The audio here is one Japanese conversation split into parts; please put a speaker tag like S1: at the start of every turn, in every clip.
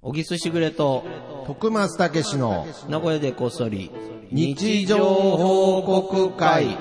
S1: 小木すしぐれと、
S2: 徳松たけしの
S1: 名古屋でこっそり、
S2: 日常報告会。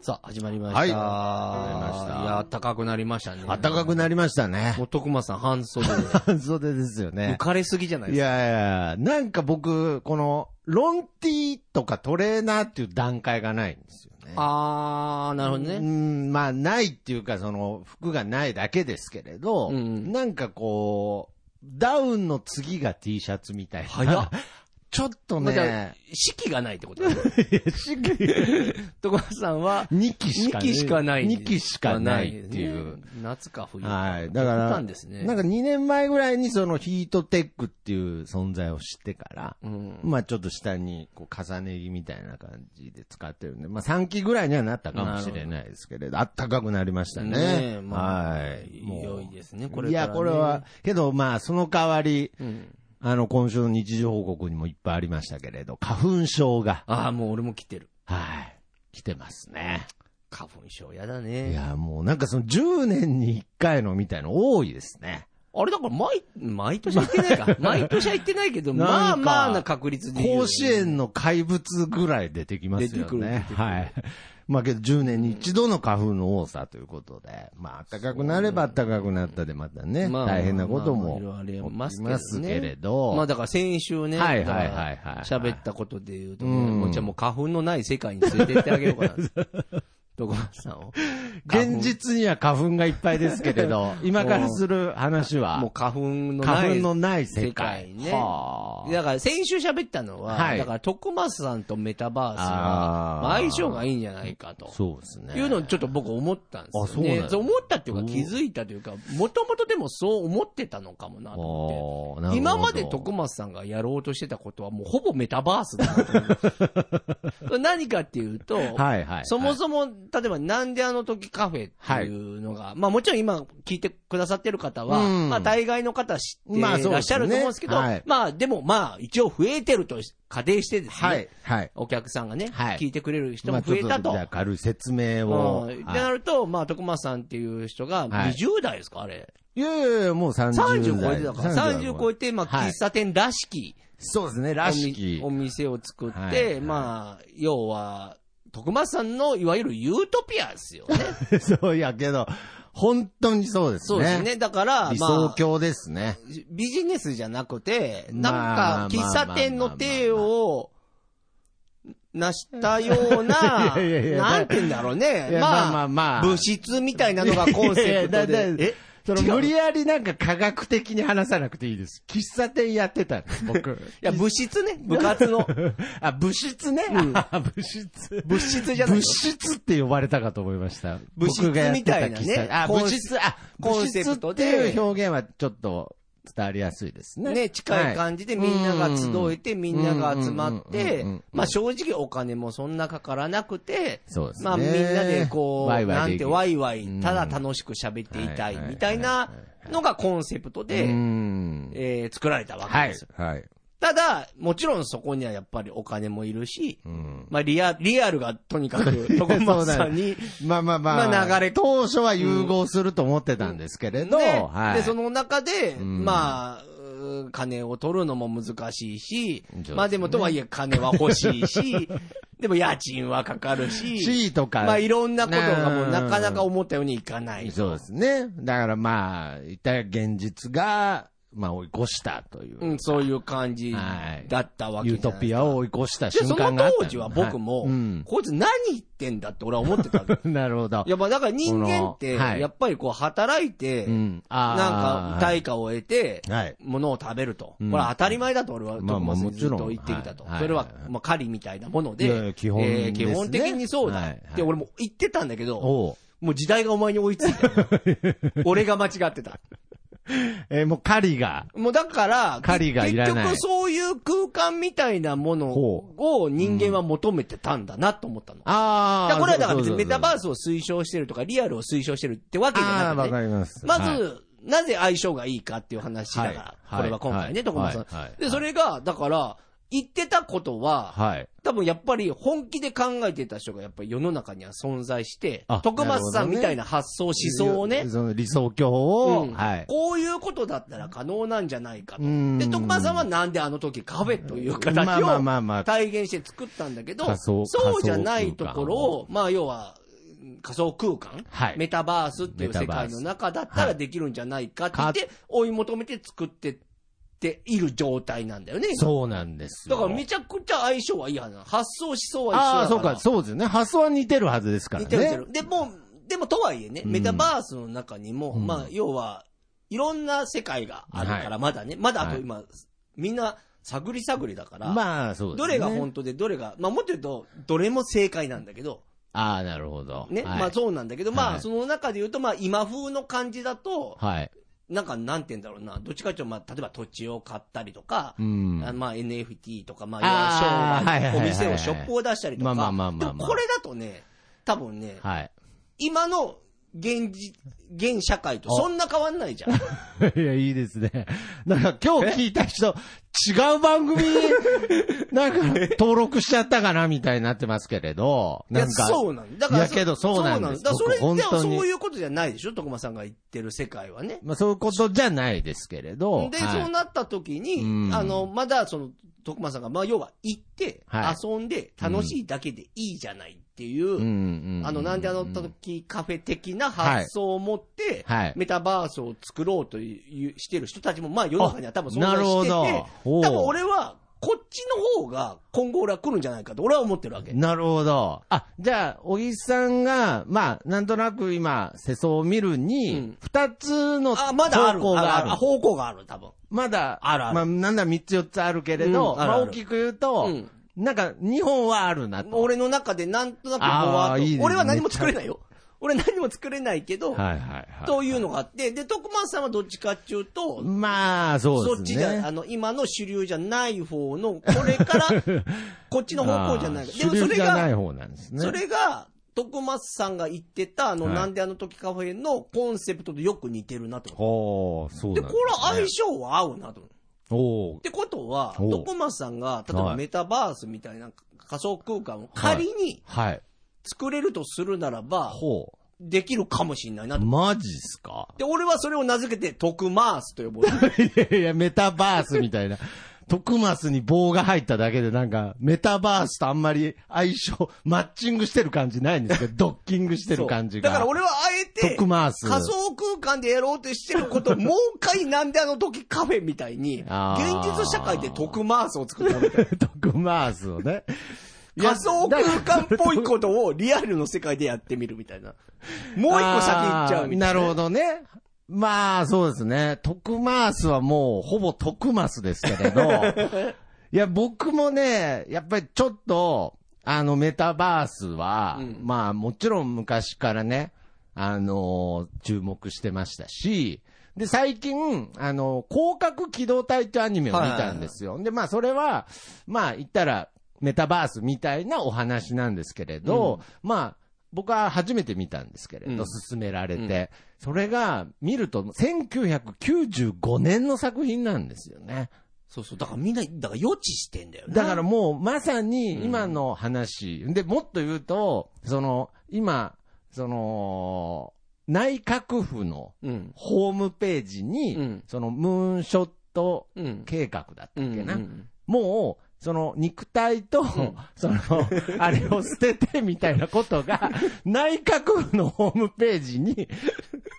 S1: さあ、始まりました。
S2: はい
S1: い
S2: ました
S1: や、暖かくなりましたね。
S2: 暖かくなりましたね。
S1: もう徳間さん、半袖で。
S2: 半袖ですよ
S1: 浮
S2: ね。
S1: かれすぎじゃない
S2: い
S1: ですか。
S2: やいやいや、なんか僕、この、ロンティーとかトレーナーっていう段階がないんですよね。
S1: あー、なるほど
S2: う
S1: ね。
S2: ん、まあ、ないっていうか、その、服がないだけですけれど、
S1: うんうん
S2: なんかこう、ダウンの次が T シャツみたいな。
S1: 早 っ
S2: ちょっと
S1: まあじゃあ
S2: ね、
S1: 四季がないってことだね徳間さんは、
S2: 2期しか
S1: 二期しかない。
S2: 2期しかないっていう。。
S1: 夏か冬か。
S2: はい。だから、
S1: 極端ですね。
S2: なんか2年前ぐらいにそのヒートテックっていう存在を知ってから、
S1: うん、
S2: まあちょっと下にこう重ね着みたいな感じで使ってるんで、まあ3期ぐらいにはなったかもしれないですけれど、あったかくなりました
S1: ね
S2: ね。
S1: えまあ
S2: はい。
S1: 良いですね、こ
S2: こ
S1: れ
S2: れ、いや、
S1: からね
S2: これは、、けどまあその代わり、
S1: うん
S2: あの今週の日常報告にもいっぱいありましたけれど、花粉症が、
S1: ああ、もう俺も来てる。
S2: はい、来てますね。
S1: 花粉症やだ
S2: い
S1: ね。
S2: や、もうなんかその10年に1回のみたいの多いですね。
S1: あれだから毎、毎年は行ってない か。毎年は行ってないけど、まあ
S2: なんか
S1: まあな確率で言うよね。
S2: 甲子園の怪物ぐらい出てきますよね。
S1: 出てくる出てくる
S2: はい。まあけど10年に一度の花粉の多さということで、まあ暖かくなれば暖かくなったでまたね、
S1: まあ
S2: 大変なこと
S1: まあまあ
S2: も
S1: まあいろいろあ
S2: 起
S1: ります
S2: き
S1: けどね
S2: ますけれど、
S1: まあだから先週ね、
S2: はいはい
S1: だから
S2: はいはいはい
S1: 喋ったことで言うと、
S2: うん
S1: もうじゃあもう花粉のない世界に連れて行ってあげようかな。 徳松さんを。
S2: 現実には花粉がいっぱいですけれ ど、今からする話は、
S1: もう花粉のな
S2: 花粉
S1: い。
S2: のない
S1: 世
S2: 世界
S1: 界ね
S2: はあ
S1: だから先週喋ったのは、
S2: はい
S1: だから徳松さんとメタバース
S2: あ
S1: は
S2: ー
S1: まあ相性がいいんじゃないかと。
S2: そうですね。
S1: いうのをちょっと僕思ったんですよ、ね。
S2: あそうなんだ
S1: そう思ったっていうか気づいたというか、もともとでもそう思ってたのかもなと思
S2: ああ
S1: っ
S2: なるほ
S1: て。
S2: ど
S1: 今まで徳松さんがやろうとしてたことはもうほぼメタバースだなと思 う何かっていうと、
S2: はいはい。
S1: そもそも、例えば、なんであの時カフェっていうのが、まあもちろん今聞いてくださってる方は、
S2: うん
S1: まあ大概の方知ってい
S2: まあそうですね
S1: らっしゃると思うんですけど、まあ
S2: はい
S1: でもまあ一応増えてると仮定してですね、
S2: はい、はい。
S1: お客さんがね、
S2: はい
S1: 聞いてくれる人も
S2: まあち
S1: 増
S2: ょっ
S1: えたと。
S2: じゃあ軽い説明を。
S1: うんって
S2: はい
S1: なると、まあ、徳間さんっていう人が、
S2: はい
S1: 20代ですか、あれ。
S2: いやいやいや、もう30代。
S1: 30超えてたから。30超え
S2: て。
S1: て、まあ、
S2: はい
S1: 喫茶店らしき、
S2: そうですね、らしき
S1: お。店を作って、
S2: はいはい
S1: まあ、要は、徳間さんの、いわゆるユートピアですよね。
S2: そうやけど、本当に そうですね。
S1: そうですね。だから、
S2: 理
S1: ま
S2: 想
S1: あ、
S2: 郷ですね。
S1: ビジネスじゃなくて、
S2: ま
S1: な
S2: あ
S1: んか、喫茶店の体を、なしたような、
S2: いやいやいや
S1: なんて言うんだろうね
S2: い。や
S1: まあ、
S2: まあまあ
S1: 物質みたいなのがコンセプト
S2: いやいやいやだだ
S1: で。え
S2: その
S1: 違う
S2: 無理やりなんか科学的に話さなくていいです。喫茶店やってたんです、僕。い
S1: い や、物質ね。部活の。
S2: あ、物質ね。
S1: うん
S2: あ物 質。
S1: 物質じゃない
S2: 物質って呼ばれたかと思いました。
S1: 物質
S2: 僕がやってた
S1: みたいなね
S2: 喫茶あ、
S1: コン
S2: 物質、あ、
S1: コ
S2: 物
S1: ンセ
S2: 質っ
S1: プト
S2: て
S1: で
S2: いう表現はちょっと伝わりやすいですね。
S1: ね、近い
S2: は
S1: 感じでみんなが集えて、みんなが集まっ
S2: う
S1: て
S2: んうんうんうん、
S1: まあ正直お金もそんなかからなくて、
S2: そうですね。
S1: まあみんなでこ
S2: ワイ
S1: う、
S2: ワイ
S1: なん
S2: でき
S1: て
S2: る
S1: ワイワイ、ただ楽しく喋っていたいみたいなのがコンセプト
S2: う
S1: で、
S2: ん
S1: えー作られたわ
S2: は
S1: けで
S2: い
S1: すよ。。
S2: はい。
S1: ただ、もちろんそこにはやっぱりお金もいるし、
S2: うん
S1: まあリアリアルがとにかく、徳松さんに、
S2: まあまあまあ、
S1: まあ流れ
S2: 当初は融合すると思ってたんですけれど、
S1: ね
S2: はい。
S1: で、その中で、
S2: ん
S1: まあ、うー金を取るのも難しいし、
S2: そうですね
S1: まあでもとはいえ金は欲しいし、 でも家賃はかかるし、
S2: C とか。
S1: まあいろんなことがもうなかなか
S2: うん
S1: 思ったようにいかない。
S2: そうですね。だからまあ、一体現実が、まあ追い越したという。
S1: うん、そういう感じだったわけ
S2: ユ
S1: じ
S2: ー
S1: ゃない
S2: トピアを追い越した
S1: で
S2: 瞬
S1: そ
S2: 間
S1: の
S2: があった
S1: 当時は僕も、
S2: はいうん
S1: こいつ何言ってんだって俺は思って たわけ。
S2: なるほど。
S1: やっぱだから人間って、
S2: このはい
S1: やっぱりこう働いて、
S2: うん。あ
S1: な
S2: ー
S1: んか対価を得て、
S2: はい。
S1: ものを食べると。こ
S2: うん
S1: れは当たり前だと俺は、
S2: まあまあ
S1: 徳
S2: も
S1: 松に
S2: ち
S1: ずっ
S2: ろん
S1: と言ってきたと
S2: はい。
S1: それは
S2: はい、
S1: まあ、狩りみたいなもの
S2: いやいや
S1: で、
S2: 基本
S1: えー
S2: です
S1: 基
S2: ね
S1: 本的にそう
S2: はいは
S1: だ
S2: い。
S1: で、俺も言ってたんだけど、
S2: おう
S1: もう時代がお前に追いついた。俺が間違ってた。
S2: えーもう狩りが。
S1: もうだから、
S2: 狩りがいらない
S1: 結局そういう空間みたいなもの
S2: ほ
S1: を人間は求めてたんだなと思ったの。
S2: あ
S1: だから
S2: あ。
S1: これはだから別にメタバー
S2: ス
S1: スを推奨してるとか、リアルを推奨してるってわけじ
S2: あ
S1: ゃな
S2: あー、
S1: く
S2: わ
S1: て
S2: か
S1: ね。
S2: ります。
S1: ま
S2: はい、
S1: ず、なぜ相性がいいかっていう話だから、
S2: はい
S1: これは今回
S2: はい
S1: ね、徳松さ
S2: はいはい
S1: ん。で、それが、だから、言ってたことは、
S2: はい。
S1: 多分やっぱり本気で考えてた人がやっぱり世の中には存在して
S2: あ、
S1: 徳松さんみたいな発想、思想をね、
S2: その理想郷を、
S1: うん
S2: はい。
S1: こういうことだったら可能なんじゃないかと。
S2: うん
S1: で、徳間さんはなんであの時カフェという
S2: まあ
S1: 形
S2: まあま
S1: を
S2: あまあ、
S1: 体現して作ったんだけど、
S2: 仮想
S1: そうじゃない
S2: 仮想
S1: と
S2: 空間
S1: ころを、まあ要はうん仮想空間、
S2: はい
S1: メタバースっていう世
S2: メタバ
S1: 界
S2: ース
S1: の中だった
S2: は
S1: ら
S2: い
S1: できるんじゃないかって言って、追い求めて作ってっている状態なんだよね。
S2: そうなんです
S1: だ
S2: よ。
S1: からめちゃくちゃ相性はいいはずなの発想思想は一緒だから。
S2: ああ、そうか、そうですよね。発想は似てるはずですから
S1: 似
S2: ね。
S1: てる似てる。でも、でもとはいえね、
S2: うん
S1: メタバースの中にも、
S2: うん
S1: まあ、要は、いろんな世界があるか
S2: は
S1: ら、まだね、まだあ
S2: は
S1: と
S2: い
S1: 今、みんな探り探りだから、
S2: まあ、そうです
S1: ど
S2: ね。
S1: れが本当でどれが、まあもっと言うと、どれも正解なんだけど、
S2: ああ、なるほど。
S1: ね、
S2: はい、
S1: まあそうなんだけど、ま
S2: は
S1: あ
S2: い
S1: その中で言うと、まあ今風の感じだと、
S2: はい。
S1: なんかなんて言うんだろうな、どっちかっていうと、まあ例えば土地を買ったりとか、
S2: うん。
S1: あのまあ NFT とか、まあ
S2: あー
S1: 要は
S2: はいはい
S1: 商売、お
S2: はいはい
S1: 店をショップを出したりと
S2: ま
S1: か、
S2: あまあまあまあ
S1: で
S2: まあ
S1: もこれだとね、多分ね、
S2: はい。
S1: 今の現じ、現社会とそんな変わんないじゃん。
S2: いや、いいですね。なんか今日聞いた人、違う番 組、なんか登録しちゃったかなみたいになってますけれど。
S1: い
S2: な
S1: や
S2: んか。
S1: そうなんだ。だから
S2: いやけどそうなんで
S1: そう
S2: す
S1: だからそれ
S2: 僕
S1: って
S2: 本当に
S1: そういうことじゃないでしょ徳間さんが言ってる世界はね。
S2: まあそういうことじゃないですけれど。
S1: で、
S2: はい
S1: そうなった時に、
S2: うん
S1: あの、まだその、徳間さんが、まあ、要は行って、
S2: はい
S1: 遊んで、楽しいだけでいいじゃないっていうう、
S2: んうん。
S1: あの、なんであの時カフェ的な発想を持って、
S2: はい。
S1: メタバースを作ろうというしてる人たちも、まあ、世の中には多分存
S2: な
S1: 在
S2: る
S1: し
S2: ほ
S1: て
S2: ど
S1: て、。
S2: おう
S1: 多分俺は、こっちの方が今後俺は来るんじゃないかと俺は思ってるわけ。
S2: なるほど。あ、じゃあ、小木さんが、まあ、なんとなく今、世相を見る
S1: う
S2: に
S1: ん、
S2: 二つの
S1: あ、
S2: 方
S1: まだある。
S2: 向がある。
S1: 方向がある、多分。
S2: まだ、
S1: あるある
S2: まあ、なんだ三つ四つあるけれど、
S1: うんある
S2: まあ
S1: ある
S2: 大きく言うと、
S1: うん
S2: なんか、日本はあるなと。
S1: 俺の中でなんとなくぼわっ
S2: あー
S1: と
S2: いいですね
S1: 俺は何も作れないよ。俺何も作れないけど、
S2: はいはいはい。
S1: というのがあって、で、徳松さんはどっちかっていうと、
S2: まあ、そう
S1: そっ
S2: です
S1: ち
S2: ね。
S1: じゃ、あの、今の主流じゃない方の、これ から、こっちの方向じゃない。
S2: あー
S1: でも
S2: 主
S1: そ
S2: 流
S1: れ
S2: じゃな
S1: が
S2: い、方なんですね。
S1: それが、徳松さんが言ってた、あの、
S2: はい
S1: なんであの時カフェのコンセプトとよく似てるなと。
S2: ほう、そう
S1: で、
S2: なん
S1: こ
S2: で
S1: れ
S2: す、ね。
S1: は相性は合うなと。
S2: おう
S1: ってことは、
S2: おう
S1: 徳松さんが、例えば
S2: はい
S1: メタバースみたいな仮想空間を仮に
S2: はい。
S1: 作れるとするならば、
S2: ほ
S1: できるかもしれないな
S2: う。
S1: と。
S2: マジっすか
S1: で、俺はそれを名付けて、徳マースと呼ぼう。
S2: いやいや、メタバースみたいな。 徳マスに棒が入っただけでなんか、メタバースとあんまり相性、マッチングしてる感じないんですけど、ドッキングしてる感じが。
S1: そうだから俺はあえて、
S2: 徳マース
S1: 仮想空間でやろうとしてる ことを、もう一回なんであの時カフェみたいに、現
S2: あー
S1: 実社会で徳マースを作ったみたいな。
S2: 徳マースをね。 いや
S1: 仮想空間っぽいことをリアルの世界でやってみるみたいな。もう一個先行っちゃうみたいな。
S2: あーなるほどね。まあ、そうですね。徳マースはもう、ほぼ徳マスですけ れど。いや、僕もね、やっぱりちょっと、あの、メタバースは、
S1: うん
S2: まあ、もちろん昔からね、あのー注目してましたし、で、最近、あの広角機動隊っていうアニメを見たんですよ。で、まあ、それは、まあ、言ったら、メタバースみたいなお話なんですけれど、まあ、僕は初めて見たんですけれど、
S1: うん
S2: 勧められて、それが見ると1995年の作品なんですよね。
S1: そうそう。だからみんな、だから予知してんだよね。
S2: だからもうまさに今の話、で、もっと言うと、その、今、その、内閣府の
S1: うん。
S2: ホームページに、
S1: うん
S2: そのムーンショット
S1: うん。
S2: 計画だったっけな。
S1: うん
S2: もう、その肉体と、 その、あれを捨ててみたいなことが、内閣府のホームページに、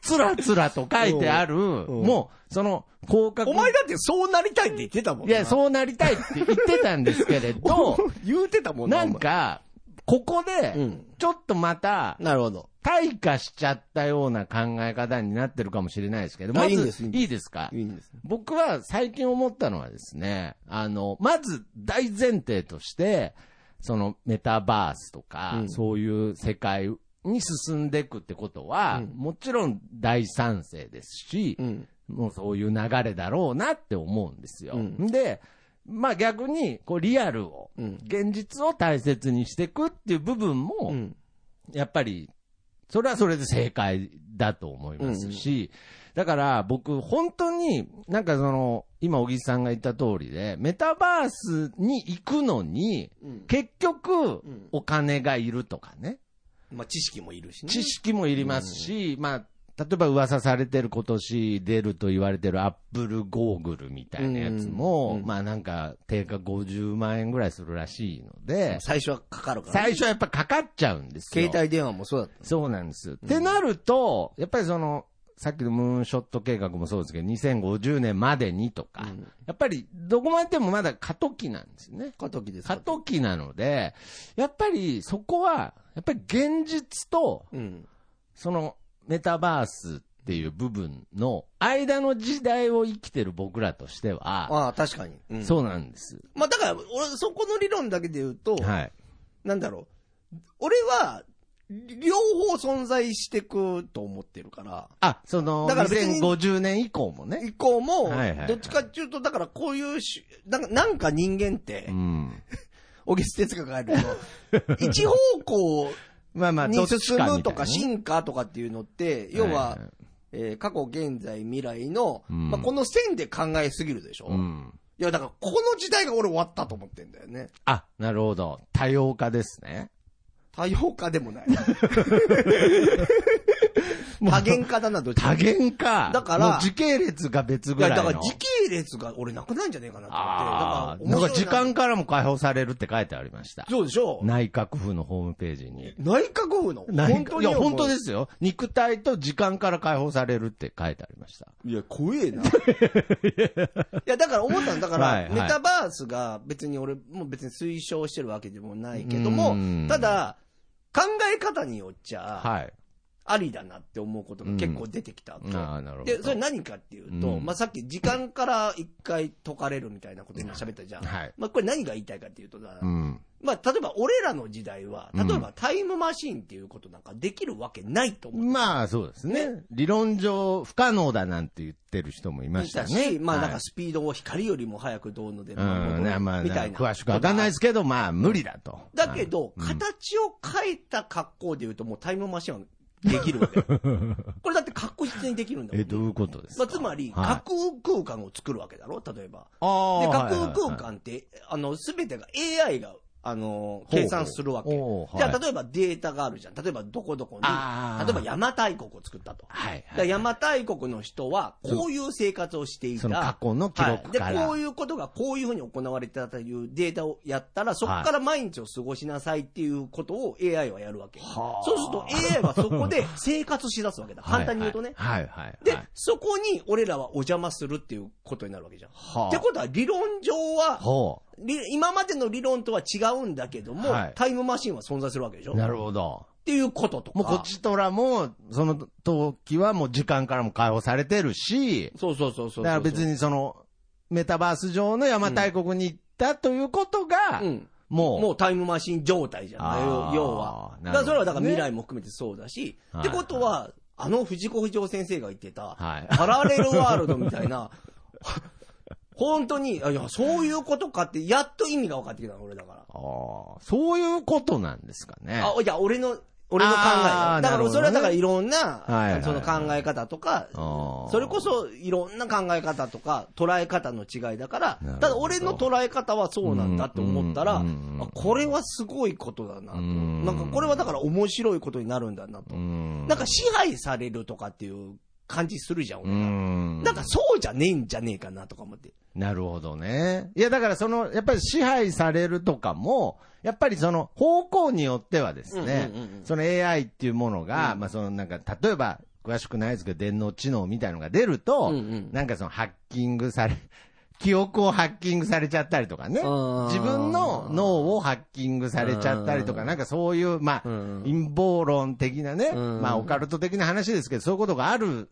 S2: つらつらと書いてある、
S1: ん
S2: もう、その、広角。
S1: お前だってそうなりたいって言ってたもん
S2: いや、
S1: う。
S2: そうなりたいって言ってたんですけ れど、
S1: 言うてたもん
S2: なん、か、ここ
S1: う
S2: で
S1: ん、
S2: ちょっとまた
S1: お、前なるほど。
S2: 退化しちゃったような考え方になってるかもしれないですけど、
S1: あ
S2: まず、
S1: いいんですいいんです
S2: いいですか
S1: いいんです。
S2: 僕は最近思ったのはですね、あの、まず大前提として、そのメタバースとか、
S1: うん
S2: そういう世界に進んでいくってことは、
S1: うん
S2: もちろん大賛成ですし、
S1: うん。
S2: もうそういう流れだろうなって思うんですよ。
S1: うん
S2: で、まあ逆に、こうリアルを、
S1: うん
S2: 現実を大切にしていくっていう部分も、
S1: うん。
S2: やっぱり、それはそれで正解だと思いますし、だから僕、本当に、なんかその、今、小木さんが言った通りで、メタバースに行くのに、
S1: うん
S2: 結局
S1: ん、
S2: お金がいるとかね。
S1: まあ、知識もいるしね。
S2: 知識もいりますし、まあ、例えば噂されてる今年出ると言われてるアップルゴーグルみたいなやつも、
S1: うん
S2: まあなんか定価50万円ぐらいするらしいので、
S1: 最初はかかるから、
S2: 最初はやっぱかかっちゃうんですよ。
S1: 携帯電話もそうだった。
S2: そうなんです。ってなると、やっぱりその、さっきのムーンショット計画もそうですけど、2050年までにとか、
S1: うん
S2: やっぱりどこまででもまだ過渡期なんですね。
S1: 過渡期です
S2: 過渡期なので、やっぱりそこは、やっぱり現実と、
S1: うん。
S2: そのメタバースっていう部分の間の時代を生きてる僕らとしては、
S1: ああ、確かに。うん
S2: そうなんです。
S1: まあ、だから、俺、そこの理論だけで言うと、
S2: はい。
S1: なんだろう。俺は、両方存在してくと思ってるから、
S2: あ、その、
S1: だから別に
S2: 2050年以降もね。
S1: 以降も
S2: はいはいは、い
S1: どっちかっていうと、だからこういうし、なんかなんか人間って
S2: う、ん。
S1: 小木哲学がある と、一方向
S2: まあまあ、ど
S1: に
S2: っち
S1: 進
S2: か
S1: む
S2: み
S1: と
S2: たいな
S1: か
S2: ね
S1: 進化とかっていうのって、要
S2: はい
S1: は
S2: はい、
S1: えー過去、現在、未来の、
S2: うん
S1: まあこの線で考えすぎるでしょ。
S2: うん。
S1: いや、だからこの時代が俺終わったと思ってんだよね。
S2: あ、なるほど。多様化ですね。
S1: 多様化でも ない。多元化だな、どっちか
S2: 多元化。
S1: だから
S2: もう時系列が別
S1: い
S2: ぐら
S1: や、
S2: いの。
S1: だから時系列が俺なくなんじゃねえかなと
S2: ああ、
S1: 思
S2: な
S1: っ
S2: ん
S1: て。
S2: か
S1: だから面白い
S2: 時間からも解放されるって書いてありました。
S1: そうでしょ
S2: 内閣府のホームページに。
S1: 内閣府の。
S2: 内
S1: 本
S2: 閣
S1: 当
S2: い
S1: に
S2: や、
S1: 思う
S2: 本当ですよ。肉体と時間から解放されるって書いてありました。
S1: いや、怖え な。いや、だから思ったの、だから、
S2: はいはい
S1: メタバースが別に俺、もう別に推奨してるわけでもないけども
S2: うん、
S1: ただ、考え方によっちゃ、
S2: はい。
S1: ありだなって思うことが結構出てきたと。
S2: ああ、なるほど。
S1: で、それ何かっていうと、
S2: うん
S1: まあ、さっき時間から一回解かれるみたいなこと今喋ったじゃん。
S2: はい
S1: まあ、これ何が言いたいかっていうとだ、
S2: うん。
S1: まあ、例えば俺らの時代は、
S2: うん
S1: 例えばタイムマシーンっていうことなんかできるわけないと思う。
S2: まあ、そうですね。理論上、不可能だなんて言ってる人もいま
S1: ま
S2: し
S1: した
S2: た
S1: し、
S2: ね。
S1: まあなん
S2: は
S1: か
S2: い
S1: スピードを光よりも速くどうので、
S2: うん、ねまあ、
S1: みたいな。
S2: 詳しくわかんないですけど、まあ、無理だと。
S1: だけど、
S2: はいうん
S1: 形を変えた格好で言うと、もうタイムマシンはできるわけよ これだって確実にできるんだもん、
S2: え、どういうことです
S1: ま
S2: か
S1: あ、つまり、
S2: はい
S1: 架空空間を作るわけだろ、例えば。
S2: あ
S1: で、
S2: ー
S1: 架
S2: はいは
S1: 空
S2: いはい
S1: 空間って、あの、すべてが AI が、あの、計算するわけ。
S2: ほうほうほう
S1: じゃあ、
S2: はい
S1: 例えばデータがあるじゃん。例えば、どこどこに、
S2: あー
S1: 例えば、邪馬台国を作ったと。
S2: はいはい
S1: だから邪馬台国の人は、こういう生活をしていた。
S2: その過去の記録から
S1: はいで、こういうことがこういうふうに行われてたというデータをやったら、そこから毎日を過ごしなさいっていうことを AI はやるわけ。
S2: はあ
S1: そうすると AI はそこ で生活しだすわけだ。簡単に言うとね。
S2: はいはいはい。
S1: で
S2: はい、
S1: そこに俺らはお邪魔するっていうことになるわけじゃん。
S2: はあ
S1: ってことは理論上は、
S2: ほ
S1: り今までの理論とは違うんだけども、
S2: はい
S1: タイムマシンは存在するわけでしょ
S2: う。なるほど。
S1: っていうこととか。
S2: もうこちとらも、その時はもう時間からも解放されてるし、
S1: そうそうそうそうそう。
S2: だから別にその、メタバース上の邪馬台国に行ったということが、
S1: うん。も
S2: も
S1: うタイムマシン状態じゃない
S2: あー
S1: 要は。
S2: な
S1: だから
S2: るほど
S1: それはだから未来も含めてそうだし、
S2: はい
S1: ってことは、あの藤子不二雄先生が言ってた、
S2: はい
S1: パラレルワールドみたいな、 本当に、あいや、そういうことかって、やっと意味が分かってきたの、俺だから。
S2: う、ああ、そういうことなんですかね。
S1: あ、いや、俺の、俺の考え
S2: あー
S1: よ。だ
S2: な
S1: か
S2: る
S1: ら、
S2: ほどね
S1: それはだからいろん
S2: はいはい
S1: な、その考え方とか
S2: あー、
S1: それこそいろんな考え方とか、捉え方の違いだから
S2: なるほど、
S1: ただ俺の捉え方はそうなんだって思ったら、
S2: う
S1: あ
S2: んうんうん
S1: これはすごいことだなと。
S2: うん
S1: なんかこれはだから面白いことになるんだなと
S2: う。ん。
S1: なんか支配されるとかっていう感じするじゃん、
S2: う
S1: 俺ら。
S2: ん。
S1: なんかそうじゃねえんじゃねえかなとか思って。
S2: なるほどね。いや、だからその、やっぱり支配されるとかも、やっぱりその方向によってはですね、
S1: うんうんうんうん
S2: その AI っていうものが、まあそのなんか、例えば、詳しくないですけど、電脳知能みたいのが出ると、
S1: うんうん
S2: なんかそのハッキングされ、 記憶をハッキングされちゃったりとかね、
S1: うん
S2: 自分の脳をハッキングされちゃったりとか、なんかそういう、まあ、
S1: うん
S2: 陰謀論的なね、
S1: うん
S2: まあオカルト的な話ですけど、そういうことがある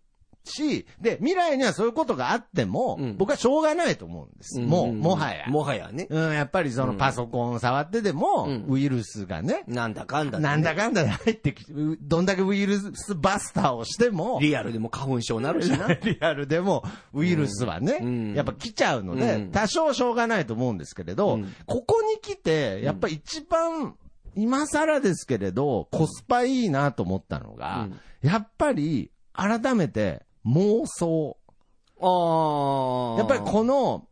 S2: し、で、未来にはそういうことがあっても、
S1: うん
S2: 僕はしょうがないと思うんです。もう、もはや。
S1: もはやね。
S2: うん、やっぱりそのパソコンを触ってでも、
S1: うん
S2: ウイルスがね、
S1: なんだかんだ。
S2: なんだかんだで入ってきて、うどんだけウイルスバスターをしても、
S1: リアルでも花粉症なるし な。
S2: リアルでもウイルスはね、
S1: うん
S2: やっぱ来ちゃうので、
S1: うん
S2: 多少しょうがないと思うんですけれど、
S1: うん
S2: ここに来て、やっぱ一番、今更ですけれど、コスパいいなと思ったのが、やっぱり改めて、妄想。
S1: ああ。
S2: やっぱりこの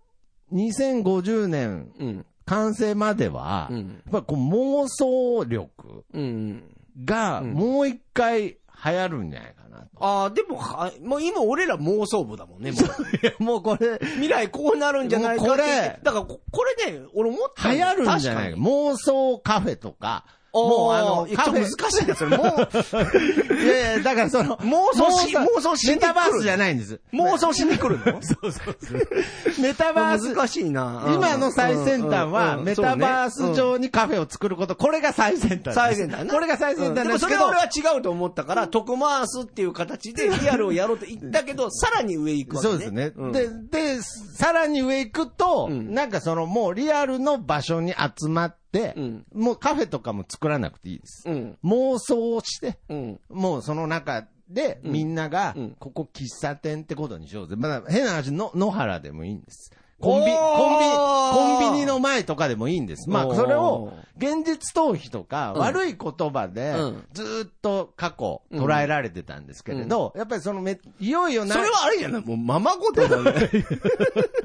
S2: 2050年
S1: うん。
S2: 完成までは、
S1: う
S2: やっ
S1: ん。
S2: ぱりこう妄想力
S1: うん。
S2: が
S1: うん
S2: もう一回流行るんじゃないかなと。
S1: ああ、でも、は、もう今俺ら妄想部だもんね、もう。
S2: いや、もうこれ、
S1: 未来こうなるんじゃないかって言って
S2: もうこれ
S1: だからこ、これね、俺思った
S2: 流行るんじゃない
S1: 確か
S2: か
S1: に
S2: 妄想カフェとか、
S1: も
S2: も
S1: う
S2: う
S1: あ
S2: あ
S1: の、
S2: の
S1: いや
S2: カ
S1: ちょ
S2: フ
S1: っと
S2: ェ
S1: 難しいですよ。もう、
S2: いやいや、だからその、
S1: 妄想し妄想しに来る
S2: ネタバースじゃないんです。
S1: 妄想しに来る のそうそう
S2: メタバース、
S1: 難しいな。
S2: 今の最
S1: うん
S2: 先端
S1: うん
S2: は、
S1: うん
S2: メタバース
S1: そうね
S2: 上にカフェを作ること、これが最先端です。
S1: 最先端な
S2: これが最先端
S1: で
S2: なん
S1: も
S2: です
S1: そ
S2: け
S1: れは俺、
S2: ど
S1: は違うと思ったから、トクマースっていう形でリアルをやろうと言ったけど、さらに上行くわけね。
S2: そうですね
S1: ん、
S2: で、で、さらに上行くと、
S1: ん
S2: なんかそのもうリアルの場所に集まって、
S1: うん
S2: もうカフェとかも作らなくていいです。
S1: うん。
S2: 妄想をして、
S1: うん。
S2: もうその中で、みんなが
S1: うん、
S2: ここ喫茶店ってことにしようぜ。まだ変な話の、野原でもいいんです。コ
S1: お
S2: ンビ、
S1: ー
S2: コンビ、コンビニの前とかでもいいんです。ま
S1: お
S2: あ、
S1: ー
S2: それを、現実逃避とか、
S1: うん
S2: 悪い言葉で
S1: うん、
S2: ずーっと過去、捉えられてたんですけれど、やっぱりそのめ、いよいよな、
S1: それはあれじゃないもうままごとだね。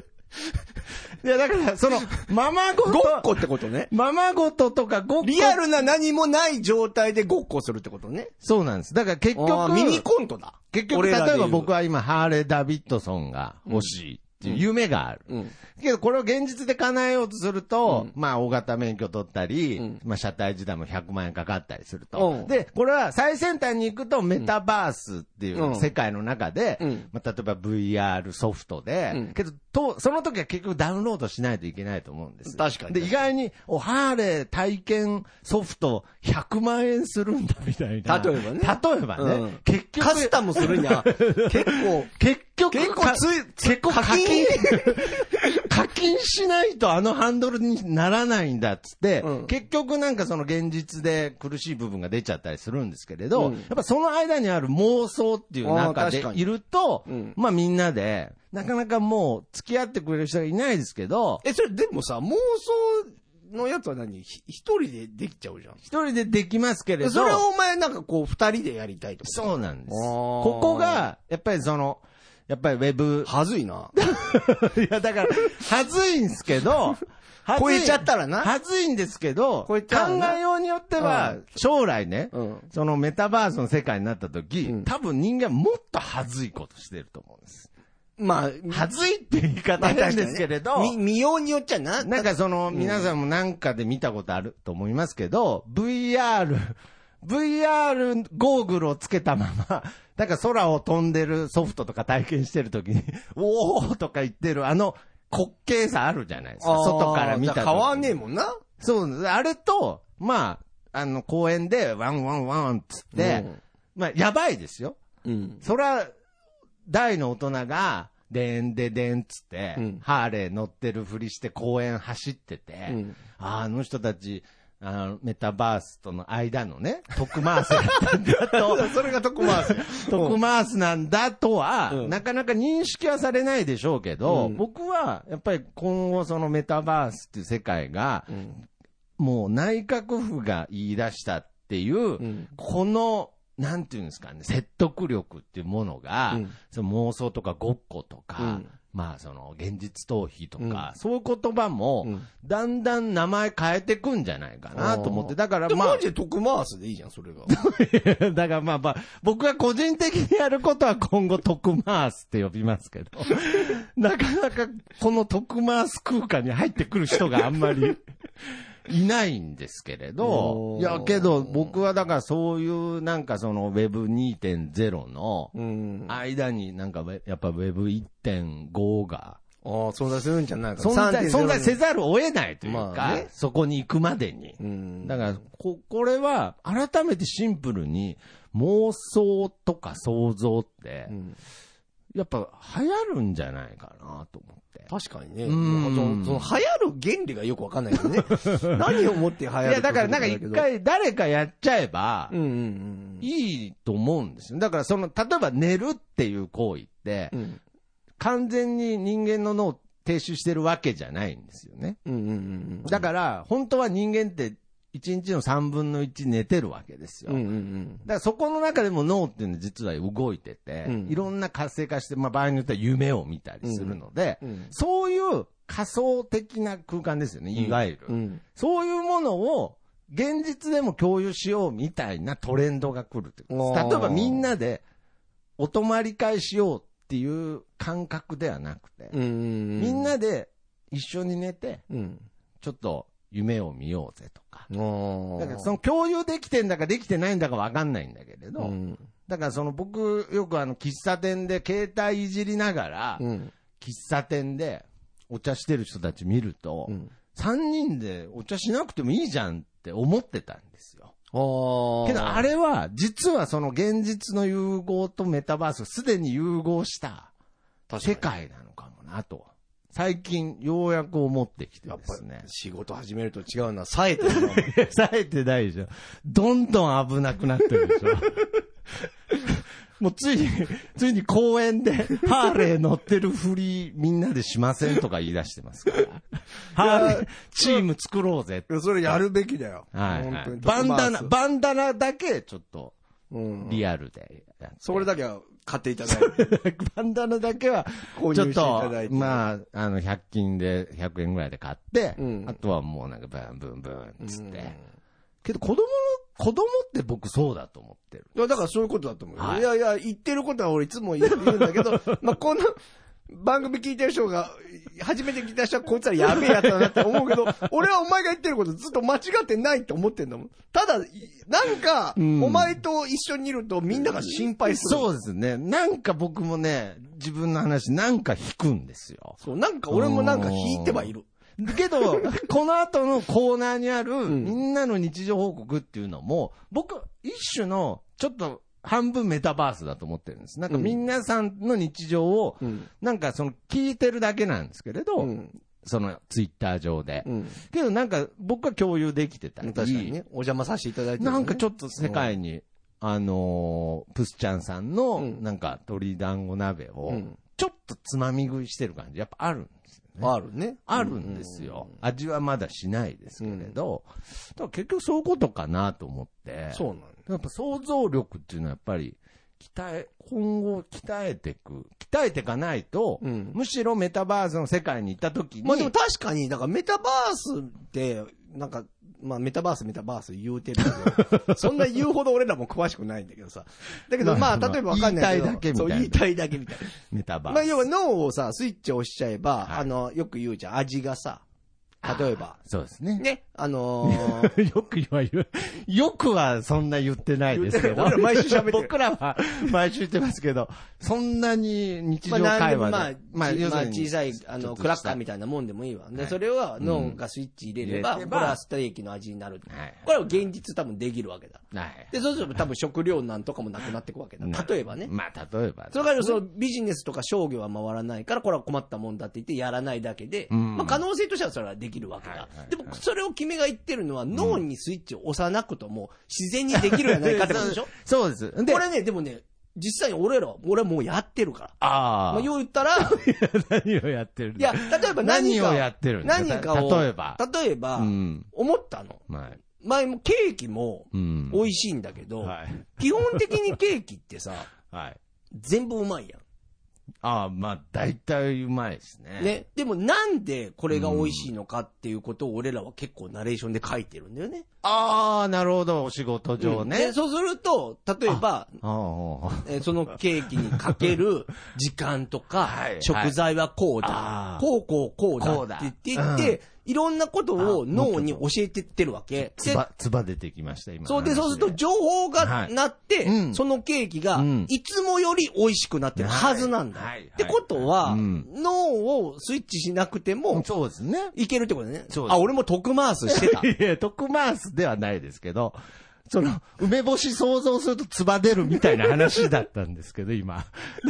S2: いや、だから、その、ままご
S1: ごっ
S2: と、
S1: こってことね。
S2: ままごととかごっこ。
S1: リアルな何もない状態でごっこするってことね。
S2: そうなんです。だから結
S1: あー
S2: 局、
S1: ミニコントだ。
S2: 結局、
S1: 俺
S2: 例
S1: らで言う
S2: えば僕は今、ハーレー・ダビッドソンが欲しいっていう夢がある。
S1: うん。
S2: けど、これを現実で叶えようとすると、まあ、大型免許取ったり、
S1: うん
S2: まあ、車体自体も100万円かかったりする
S1: う
S2: と
S1: ん。
S2: で、これは最先端に行くと、メタバースってい
S1: うん
S2: う世界の中で、
S1: うん
S2: まあ、例えば VR ソフトで、
S1: うん
S2: けどと、その時は結局ダウンロードしないといけないと思うんです。
S1: 確かに
S2: で、意外に、お、ハーレー体験ソフト100万円するんだみたいな。
S1: 例えばね
S2: 例えばね。
S1: うん
S2: 結局、
S1: カスタムするに は、結構、
S2: 結局、
S1: 結構
S2: か
S1: つい、
S2: 結構課金、 課金しないとあのハンドルにならないんだっつって、
S1: うん
S2: 結局なんかその現実で苦しい部分が出ちゃったりするんですけれど、
S1: うん
S2: やっぱその間にある妄想っていう
S1: あー
S2: 中
S1: 確
S2: で
S1: かに
S2: いると、
S1: うん
S2: まあみんなで、なかなかもう付き合ってくれる人がいないですけど、
S1: え、それでもさ、妄想のやつは何ひ一人でできちゃうじゃん。
S2: 一人でできますけれど、
S1: それをお前なんかこう二人でやりたいとか。
S2: そうなんです。
S1: あー
S2: ここが、やっぱりその、やっぱりウェブ、
S1: はずいな。
S2: いやだから、はずいんす けど、はず
S1: 超
S2: い
S1: えちゃったらな。
S2: はずいんですけど、
S1: こ
S2: 考
S1: れちゃうな
S2: えようによって
S1: う
S2: は
S1: ん、
S2: 将来ね、
S1: うん
S2: そのメタバースの世界になった時、
S1: うん
S2: 多分人間もっとはずいことしてると思うんです。
S1: まあ、
S2: はずいって言い方
S1: まあ確か
S2: 変
S1: にね
S2: ですけれど、
S1: み見ようによっちゃな。
S2: なんかその、皆さんもなんかで見たことあると思いますけど、VR、VR ゴーグルをつけたまま、なんか空を飛んでるソフトとか体験してる時に、 おーとか言ってる、あの、滑稽さあるじゃないですか。
S1: あー
S2: 外から見た
S1: だ
S2: 時
S1: ら変わんねえもんな。
S2: そうなんです。あれと、まあ、あの、公園でワンワンワンワンっつって、
S1: うん
S2: まあ、やばいですよ。
S1: うん。
S2: そりゃ、大の大人が、でんででんっつって、
S1: うん
S2: ハーレー乗ってるふりして公園走ってて、
S1: うん
S2: あーあの人たち、あのメタバースとの間のね、特マースだったんだ と、
S1: それが特マー ス。
S2: 特マースなんだとは、
S1: うん
S2: なかなか認識はされないでしょうけど、
S1: うん
S2: 僕はやっぱり今後そのメタバースっていう世界が、もう内閣府が言い出したっていう、
S1: ん
S2: この、なんていうんですかね、説得力っていうものが、
S1: うん
S2: その妄想とかごっことか、
S1: うん
S2: まあその現実逃避とか、
S1: う
S2: そういう言葉も、
S1: うん
S2: だんだん名前変えてくんじゃないかなと思って、だから
S1: でも
S2: まあ
S1: マジ、で特マースでいいじゃん、そ れが。
S2: だからまあまあ、僕が個人的にやることは今後トクマースって呼びま すけど、なかなかこのトクマース空間に入ってくる人があん まりいないんですけれど
S1: お、ー
S2: いやけど僕はだからそういうなんかその Web2.0 の
S1: うんあ
S2: 間になんかウェやっぱ Web1.5 が
S1: あ、存在するんじゃないか
S2: 存在存在せ
S1: ず。
S2: ざるを得ないという
S1: まあ
S2: か
S1: ね、
S2: そこに行くまでに。
S1: うん。
S2: だから、こ、これは、改めてシンプルに、妄想とか想像って
S1: う、ん
S2: やっぱ流行るんじゃないかなと思って。
S1: 確かにね。
S2: うん
S1: そのその流行る原理がよくわかんないけど ね。何をもって流行る
S2: いや、だからなんか一
S1: ってことだけど。
S2: 回誰かやっちゃえば
S1: うん、うん
S2: いいと思うんですよ。だからその、例えば寝るっていう行為って
S1: うん。う、ん
S2: 完全に人間の脳停止してるわけじゃないんですよね。
S1: うんうんうん。
S2: だから、本当は人間って1日の3分の1寝てるわけですよ。
S1: うんうん
S2: だからそこの中でも脳っていうのは実は動いてて、
S1: うん
S2: いろんな活性化して、まあ場合によっては夢を見たりするので、
S1: うんうん
S2: そういう仮想的な空間ですよね、いわゆる。
S1: うん。うん。
S2: そういうものを現実でも共有しようみたいなトレンドが来るってことです。
S1: おー
S2: 例えばみんなでお泊まり会しようっていう感覚ではなくて、
S1: うんうん。
S2: みん、なで一緒に寝て、
S1: うん。
S2: ちょっと夢を見ようぜとか。
S1: ああ。
S2: だからその共有できてんだかできてないんだかわかんないんだけれど、
S1: うん。
S2: だからその僕よくあの喫茶店で携帯いじりながら、
S1: うん。
S2: 喫茶店でお茶してる人たち見ると、
S1: うん。
S2: 3人でお茶しなくてもいいじゃんって思ってたんですよ。
S1: ああ。
S2: けどあ
S1: れ
S2: れは、実はその現実の融合とメタバース、すでに融合した世界なのかもなと。最近、ようやく思ってきて
S1: やっ
S2: で
S1: ぱ
S2: す
S1: り
S2: ね
S1: ね。。仕事始めると違うな。冴えてるな。
S2: 冴えてないでしょ。どんどん危なくなってるでしょ。 もうついに、ついに公園でハーレー乗ってるふりみんなでしませんとか言い出してますから。 ハーレーチーム作ろうぜ
S1: いやそれやるべきだよ。
S2: はい、
S1: 本当に。
S2: バンダナ、
S1: トップ
S2: バンダナだけ、ちょっと、
S1: バースうん。
S2: リアルでやって。
S1: それだけは買っていただいて。
S2: バンダナだけは、
S1: 購入
S2: ち
S1: し
S2: ょ
S1: て
S2: っ
S1: いた
S2: と
S1: だい、て。あ。
S2: まあ、あの、100均で100円ぐらいで買って、
S1: うん
S2: あとはもうなんか、ブンブンブン、つって。けど、子供の、子供って僕そうだと思ってる。
S1: いや、だからそういうことだと思うよ。、
S2: はいい
S1: やいや、言ってることは俺いつも言う言うんだけど、 まあ、この番組聞いてる人が、初めて聞いた人はこいつらやべえやつだなって思うけど、俺はお前が言ってることずっと間違ってないって思ってんだもん。ただ、いなんか、
S2: ん
S1: お前と一緒にいるとみんなが心配する。
S2: そうですね。なんか僕もね、自分の話なんか引くんですよ。
S1: そう。なんか俺もなんか引いてはいる。
S2: けど、 この後のコーナーにある、
S1: ん
S2: みんなの日常報告っていうのも、僕、一種の、ちょっと、半分メタバースだと思ってるんです。なんか、
S1: うん
S2: みんなさんの日常を、
S1: うん。
S2: なんか、その、聞いてるだけなんですけれど、
S1: うん。
S2: その、ツイッター上で。
S1: うん。
S2: けど、なんか、僕は共有できてたり、
S1: 確かにね、お邪魔させていただいてる、
S2: なんかち
S1: ょっ
S2: ょっと世界に、あのープスちゃんさん
S1: う
S2: の、
S1: ん
S2: なんか、鶏団子鍋を
S1: うん、
S2: ちょっとつまみ食いしてる感じ、やっぱあるんですよね。
S1: と、あるね。
S2: あるんですよ。味はまだしないですけれど、だから結局そういうことかなと思って、
S1: そうなんだ。
S2: やっぱ想像力っていうのはやっぱり、鍛え、今後鍛えていく、鍛えていかないと、
S1: うん
S2: むしろメタバースの世界に行った時に、
S1: まあでも確かに、なんかメタバースって、なんか、まあメタバースメタバース言うてるけ ど、そんな言うほど俺らも詳しくないんだけどさ。だけど
S2: ま
S1: ま
S2: あ
S1: あ例えばわかんないけど。
S2: 言いたいだけみたいな
S1: そう、言いたいだけみたいな。
S2: メタバ
S1: まあ
S2: ース。
S1: 要は脳をさ、スイッチ押しちゃえば、
S2: はい
S1: あの、よく言うじゃん、味がさ、例えば。
S2: そうですね。
S1: ね、あのー
S2: よくは言う。よくはそんな言ってないです
S1: 言
S2: け
S1: って
S2: ど。
S1: ない俺ら毎週喋ってる
S2: 僕らは毎週言ってますけど、そんなに日常
S1: まあ、
S2: 会
S1: まあ、ま
S2: 話
S1: あ
S2: で。、
S1: ちまあ、小さい、あ
S2: ちょ
S1: の、
S2: っとした
S1: クラッカーみたいなもんでもいいわ。で、それは脳がスイッチ入れれば、
S2: 入れ
S1: こ
S2: れ
S1: れ
S2: ば
S1: はステーキの味になる。
S2: はい
S1: これは現実多分できるわけだ。
S2: はい。
S1: で、そうすると多分食料難とかもなくなっていくわけだ。例えばね。
S2: まあ、例えば。
S1: それからそのビジネスとか商業は回らないから、これは困ったもんだって言ってやらないだけで、
S2: ん
S1: まあ可能性としてはそれはできるわけ
S2: は
S1: だ
S2: いはいは。い
S1: でもそれを君が言ってるのは脳にスイッチを押さなくとも自然にできるやないかってことでしょ
S2: そうです。で、
S1: これね、でもね、実際に俺らは、俺はもうやってるから。
S2: あ
S1: まあ、
S2: あ。
S1: よう言 ったら、い
S2: 何をやってるんだ
S1: や、例えば何か
S2: 何をやってるんですか
S1: 何かを、
S2: 例えば。
S1: 例えば
S2: うん、
S1: 思ったの。
S2: まあ、
S1: 前もケーキも
S2: うん。
S1: 美味しいんだけど、
S2: はい。
S1: 基本的にケーキってさ、
S2: はい。
S1: 全部うまいや
S2: ああ、まあ、大体うまいですね。
S1: ん。。ね。でもなんでこれが美味しいのかっていうことを俺らは結構ナレーションで書いてるんだよね。
S2: ああ、なるほど。お仕事上ね。
S1: でそうすると、例えば、
S2: ああ。
S1: えーそのケーキにかけ る時間とか、
S2: はい
S1: 食材はこうだ、
S2: あー
S1: こうこうこう
S2: こう
S1: だ
S2: だ
S1: って言って、いろんなことを
S2: あ
S1: 脳に教えてってるわけ。
S2: つ
S1: で
S2: ば、つば出てきました、今の
S1: そうで、
S2: 話
S1: そうすると情報が
S2: はい
S1: なって、
S2: うん
S1: そのケーキが
S2: うん
S1: いつもより美味しくなってるはずなんだ。
S2: はいはい
S1: ってことは、
S2: うん
S1: 脳をスイッチしなくても、
S2: そうですね。
S1: いけるってことね。
S2: そうです
S1: あ、俺も徳マースして た。
S2: いや、特マースではないですけど、その、梅干し想像するとつば出るみたいな話だったんですけど、今。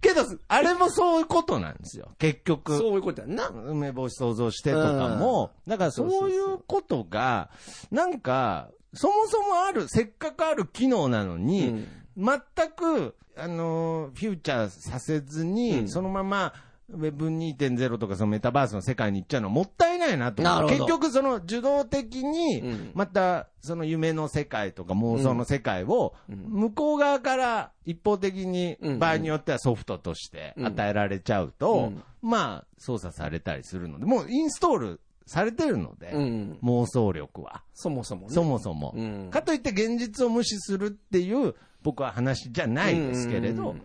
S2: けど、あれもそういうことなんですよ、結局。
S1: そういうことやんな。
S2: 梅干し想像してとかも、だからそういうことが、なんか、そもそもある、せっかくある機能なのに、
S1: うん
S2: 全く、あのー、フューチャーさせずに、
S1: うん
S2: そのまま、 Web2.0 とかそのメタバースの世界に行っちゃうのはもったいないなと思う
S1: なるほど
S2: 結局その受動的
S1: う
S2: に
S1: ん、
S2: またその夢の世界とか妄想の世界を、向こう側から一方的に
S1: うん
S2: 場合によってはソフトとして与えられちゃう
S1: う
S2: と
S1: ん、
S2: まあ操作されたりするので、もうインストールされてるの
S1: う
S2: で、
S1: ん。
S2: 妄想力は。
S1: そもそもね。
S2: そもそも
S1: う。ん。
S2: かといって現実を無視するっていう、僕は話じゃないですけれ
S1: う
S2: ど
S1: ん、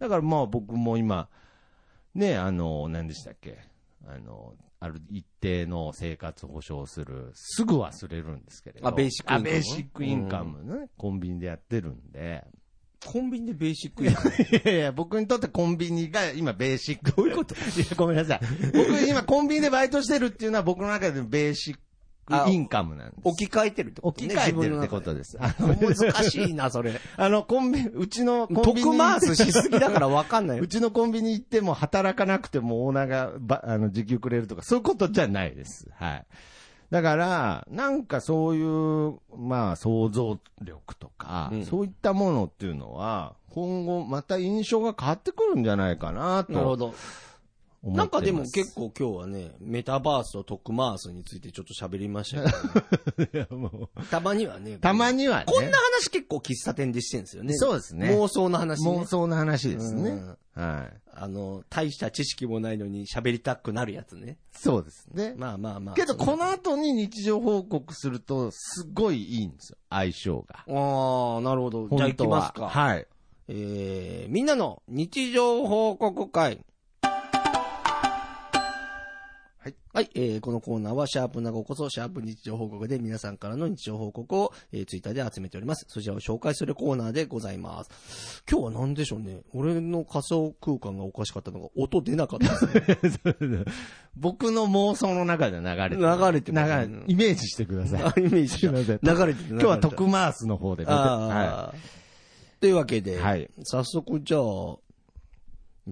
S2: だからまあ僕も今、ね、あの、何でしたっけ、あの、ある一定の生活保障をする、すぐ忘れるんですけれど。
S1: あベーシックインカム
S2: あベーシックインカムね、コンビニでやってるんで。
S1: コンビニでベーシックインカム。
S2: いやいや、僕にとってコンビニが今ベーシック。
S1: どういうこと
S2: いや、ごめんなさい。僕今コンビニでバイトしてるっていうのは僕の中でベーシックインカムなんです。
S1: 置き換えてるってこと
S2: 置き換えてるってことです。あの
S1: す。難しいな、それ。
S2: あの、コンビニ、うちの コンビニ。
S1: 特回すしすぎだからわかんないよ
S2: う。 ちのコンビニ行っても働かなくてもオーナーがばあの時給くれるとか、そういうことじゃないです。はい。だから、なんかそういう、まあ、想像力とか、
S1: うん
S2: そういったものっていうのは、今後また印象が変わってくるんじゃないかなと
S1: なる
S2: 思
S1: ほ
S2: って
S1: ど。
S2: ます。
S1: なんかでも結構今日はね、メタバースとトクマースについてちょっと喋りましたけど、 ね、
S2: いやもう
S1: たまにはね、
S2: たまにはね。
S1: こんな話結構喫茶店でしてるんですよね。
S2: そうですね
S1: 妄想の話、ね
S2: 妄。想の話ですね。
S1: うん
S2: はい。
S1: あの、大した知識もないのに喋りたくなるやつね。
S2: そうですね。
S1: まあまあまあ。
S2: けど、この後に日常報告すると、すごいいいんですよ。相性が。
S1: ああ、なるほど。じゃあ行
S2: 本
S1: き
S2: 当
S1: ますか。
S2: ははい。
S1: えー、みんなの日常報告会。はい。はい。えー、このコーナーは、シャープなごこそ、シャープ日常報告で皆さんからの日常報告を、えー、ツイッターで集めております。そちらを紹介するコーナーでございます。今日は何でしょうね。俺の仮想空間がおかしかったのが、音出なかったですね。
S2: 僕の妄想の中で流れてる
S1: 流れてます
S2: 流れイメージしてください。
S1: イメージ
S2: すいません
S1: 流れてる
S2: 今日は
S1: 特
S2: 特マースの方で見て。は
S1: ああ、というわけ
S2: い。
S1: で、
S2: はい。
S1: 早速じゃあ、行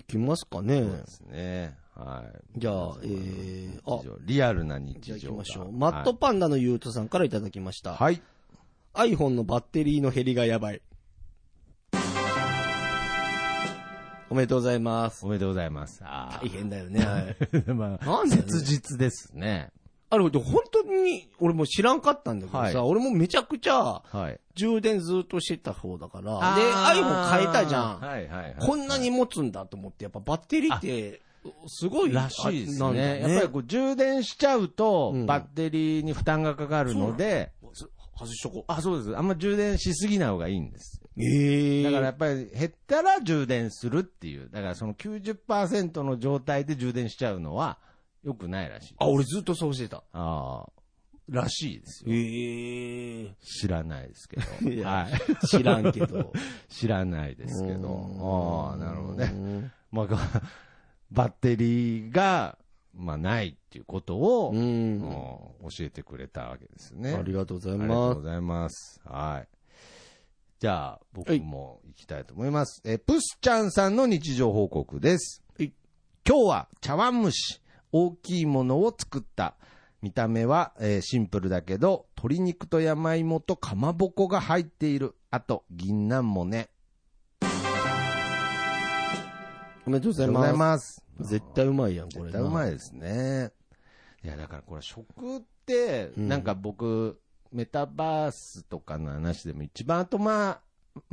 S1: きますかね。
S2: そうですね。はい。
S1: じゃあ、えー、あ
S2: 日、常リアルな
S1: じゃあ行
S2: 日
S1: き
S2: 常が。
S1: ましょう。マットパンダのゆうとさんからいただきました。
S2: はい。はい。
S1: iPhone のバッテリーの減りがやばい。おめでとうございます。
S2: おめでとうございます。あ
S1: 大変だよね。はい
S2: あ。 まあ、
S1: なんで
S2: 切実ですね。
S1: あれ、でも本当に、俺も知らんかったんだけどさ、
S2: はい
S1: 俺もめちゃくちゃ
S2: はい。
S1: 充電ずっとしてた方だから、で、
S2: あ
S1: iPhone
S2: ー
S1: 変えたじゃん。
S2: はいはいはい。
S1: こんなに持つんだと思って、やっぱバッテリーって、すごい、
S2: らしいです
S1: あなんだ
S2: ね。やっぱりこう充電しちゃうと
S1: うん、
S2: バッテリーに負担がかかるので、
S1: 外しとこ
S2: あ、そうです。あんま充電しすぎない方がいいんです。
S1: う。ええ
S2: だからやっぱり減ったら充電するっていう。だからその90%の状態で充電しちゃうのは良くないらしい。
S1: あ、俺ずっとそうしてた。
S2: ああ。らしいですよ。
S1: ええ
S2: 知らないですけど。
S1: いや
S2: はい。
S1: 知らんけど。
S2: 知らないですけど。ああ、なるほどね。
S1: ね。
S2: まあ、バッテリーが、まあ、ないっていうことを、
S1: う
S2: うん
S1: ん。
S2: 教えてくれたわけですね。
S1: ありがとうござい
S2: ありがとう
S1: ま
S2: ご
S1: す。
S2: ざいます。はい。じゃあ、僕
S1: はい
S2: も行きたいと思います。え、プスちゃんさんの日常報告です。
S1: はい
S2: 今日は茶碗蒸し、大きいものを作った。見た目は、えーシンプルだけど、鶏肉と山芋とかまぼこが入っている。あと、銀杏もね。
S1: おめでとうござい
S2: ありがとうござい
S1: ます。
S2: ます。
S1: 絶対うまいやん、これ。
S2: 絶対うまい
S1: い。
S2: ですね。いや、だからこれ食って、
S1: うん
S2: なんか僕、メタバースとかの話でも一番後回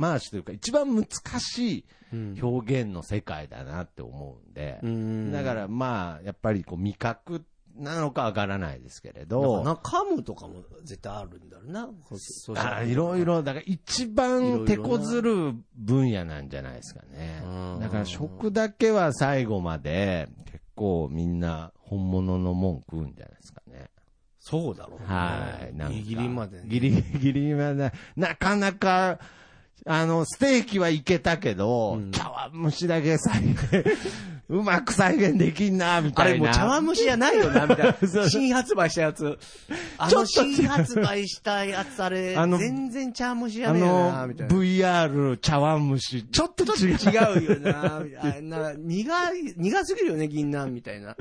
S2: 回しというか、一番難し
S1: うん
S2: い。表現の世界だなって思うんで、
S1: うん
S2: だからまあ、やっぱりこう味覚なのかわからないですけれ
S1: だから
S2: ど、
S1: な、噛むとかも絶対あるんだろうな。そ
S2: あーいろい。ろ、だから一番手こずる分野なんじゃないですかね
S1: うん。
S2: だから食だけは最後まで結構みんな本物のもん食うんじゃないですかね。
S1: そうだろうね。
S2: はい。なんか
S1: ギリギリまでね。
S2: ギリギリまで。なかなか、あの、ステーキはいけたけど、
S1: うん
S2: 茶碗蒸しだけ再現、 うまく再現できんな、み
S1: あ
S2: たいな。
S1: れもう茶碗蒸しじゃないよな、み たいな。新発売したやつ。あ
S2: ちょっ
S1: の
S2: と
S1: 新発売したやつ、あれ
S2: あ、の
S1: 全然茶碗蒸しじゃ
S2: あ
S1: ねえよな、
S2: の、
S1: みたいな。
S2: VR 茶碗蒸し、ちょっと違う。
S1: 違うよな、みたいな。苦い、苦すぎるよね、銀杏みたいな。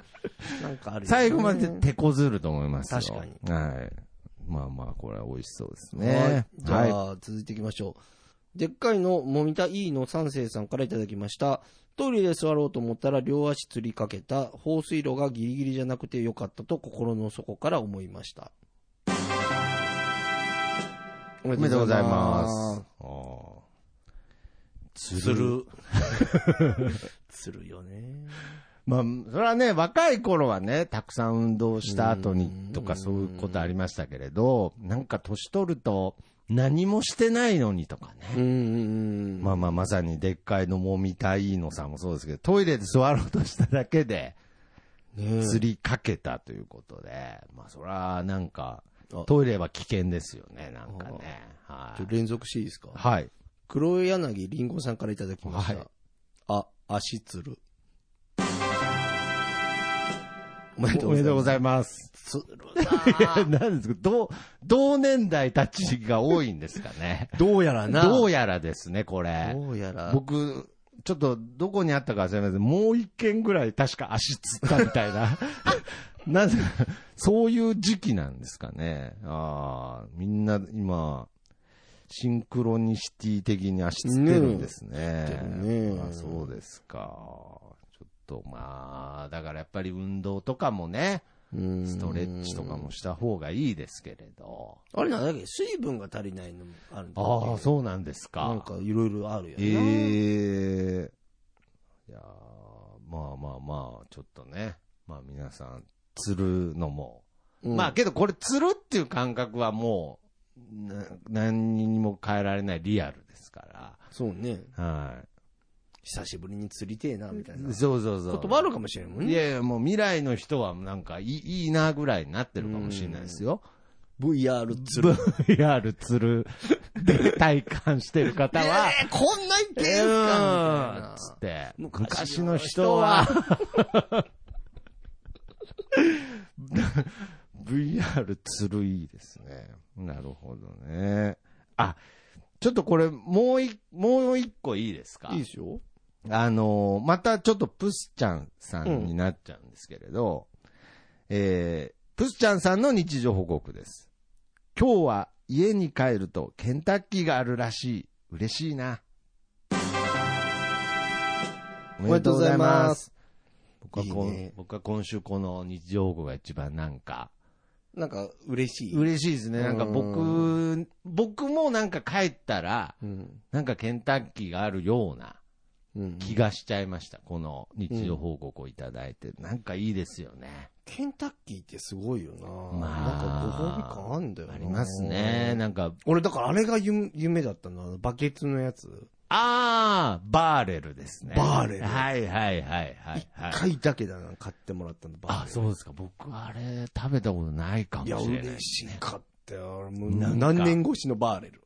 S1: なんかあるよね
S2: 最後まで手こずると思いますよ。
S1: 確か
S2: に。はい。まあまあ、これは美味しそうです
S1: はい
S2: ね。
S1: じゃあ、続いていきましょう。でっかいの、もみたいいの三世さんからいただきました。トイレで座ろうと思ったら両足つりかけた、放水路がギリギリじゃなくてよかったと心の底から思いました。お
S2: お
S1: め
S2: めでとうござい
S1: でと
S2: ま
S1: うござい
S2: す
S1: ま。
S2: あー
S1: す。
S2: つる。。
S1: つる よね。
S2: まあ、それはね、若い頃はね、たくさん運動した後にとかそういうことありましたけれど、なんか年取ると何もしてないのにとか
S1: う
S2: ね。
S1: んうんうん。
S2: まあまあ、まさにでっかいのもみたいのさんもそうですけど、トイレで座ろうとしただけで
S1: ねえ
S2: 釣りかけたということで、まあそれはなんか
S1: あ、
S2: トイレは危険ですよね、なんかね。は
S1: ちょ
S2: い。
S1: 連続していいですか
S2: はい。
S1: 黒柳りんごさんからいただきました。
S2: はい
S1: あ、足つる。お
S2: お
S1: め
S2: めでとうござい
S1: ま
S2: ます。
S1: す。つる
S2: 何ですか同、同年代たちが多いんですか ね。
S1: どうやらな。
S2: ど
S1: ど
S2: うやらですね、これ。
S1: うやら。
S2: 僕、ちょっと、どこにあったか忘れません。もう一件ぐらい確か足つったみたい な。なぜ、そういう時期なんですかね。ああ、みんな今、シンクロニシティ的に足つってるんですね。
S1: つってるね
S2: あそうですか。ちょっと、まあ、だからやっぱり運動とかもね、
S1: うん
S2: ストレッチとかもした方がいいですけれど。
S1: あれなんだっけ水分が足りないのもあるんだっけ
S2: ああ、そうなんですか。
S1: なんかいろいろあるよね。
S2: ええいやーまあまあまあ、ちょっとね。まあ皆さん、釣るのも。
S1: うん
S2: まあけどこれ釣るっていう感覚はもう、な何にも変えられないリアルですか
S1: そうね。
S2: ら。は。。
S1: 久しぶりに釣りてえな、みたいない
S2: そうそうそう。
S1: こともあるかもしれんもん
S2: い
S1: ね。
S2: やいや、もう未来の人はなんかいいいいなぐらいになってるかもしれないです よ。
S1: VR 釣る。
S2: VR 釣る で体感してる方は、
S1: えーこんなにてえんすかみたい
S2: うん
S1: な
S2: つって、
S1: 昔
S2: 昔
S1: の
S2: の
S1: 人
S2: 人
S1: は
S2: は、VR つるいですね。なるほどね。あ、ちょっとこれ、もうい、もう一個いいですか
S1: いいでしょ
S2: あのーまたちょっとプスちゃんさんになっちゃうんですけれど、えー、プスちゃんさんの日常報告です。今日は家に帰るとケンタッキーがあるらしい。嬉しいな。お
S1: めでとうございます。
S2: 僕はこん
S1: いいね
S2: 僕は今週この日常報告が一番なんか、
S1: なんか嬉しい。
S2: 嬉しいですね。なんか僕、僕もなんか帰ったら、
S1: うん。
S2: なんかケンタッキーがあるような、
S1: うん
S2: 気がしちゃいました。この日常報告をいただいて。なんかいいですよね。
S1: ケンタッキーってすごいよな。
S2: まあ
S1: なんかご褒美感あんだよな
S2: ありますね。。なんか、
S1: 俺、だからあれが夢夢だったな。バケツのやつ。
S2: あー、バーレルですね。
S1: バーレル
S2: はいはいはいはい、はい。
S1: 貝だけだな、買ってもらったの。バ
S2: あ、
S1: ケツ
S2: そうですか。僕はあれ食べたことないかも
S1: い
S2: し
S1: や、
S2: れない。
S1: 嬉しかったよ。俺もう
S2: なんか
S1: 何年越しのバーレル。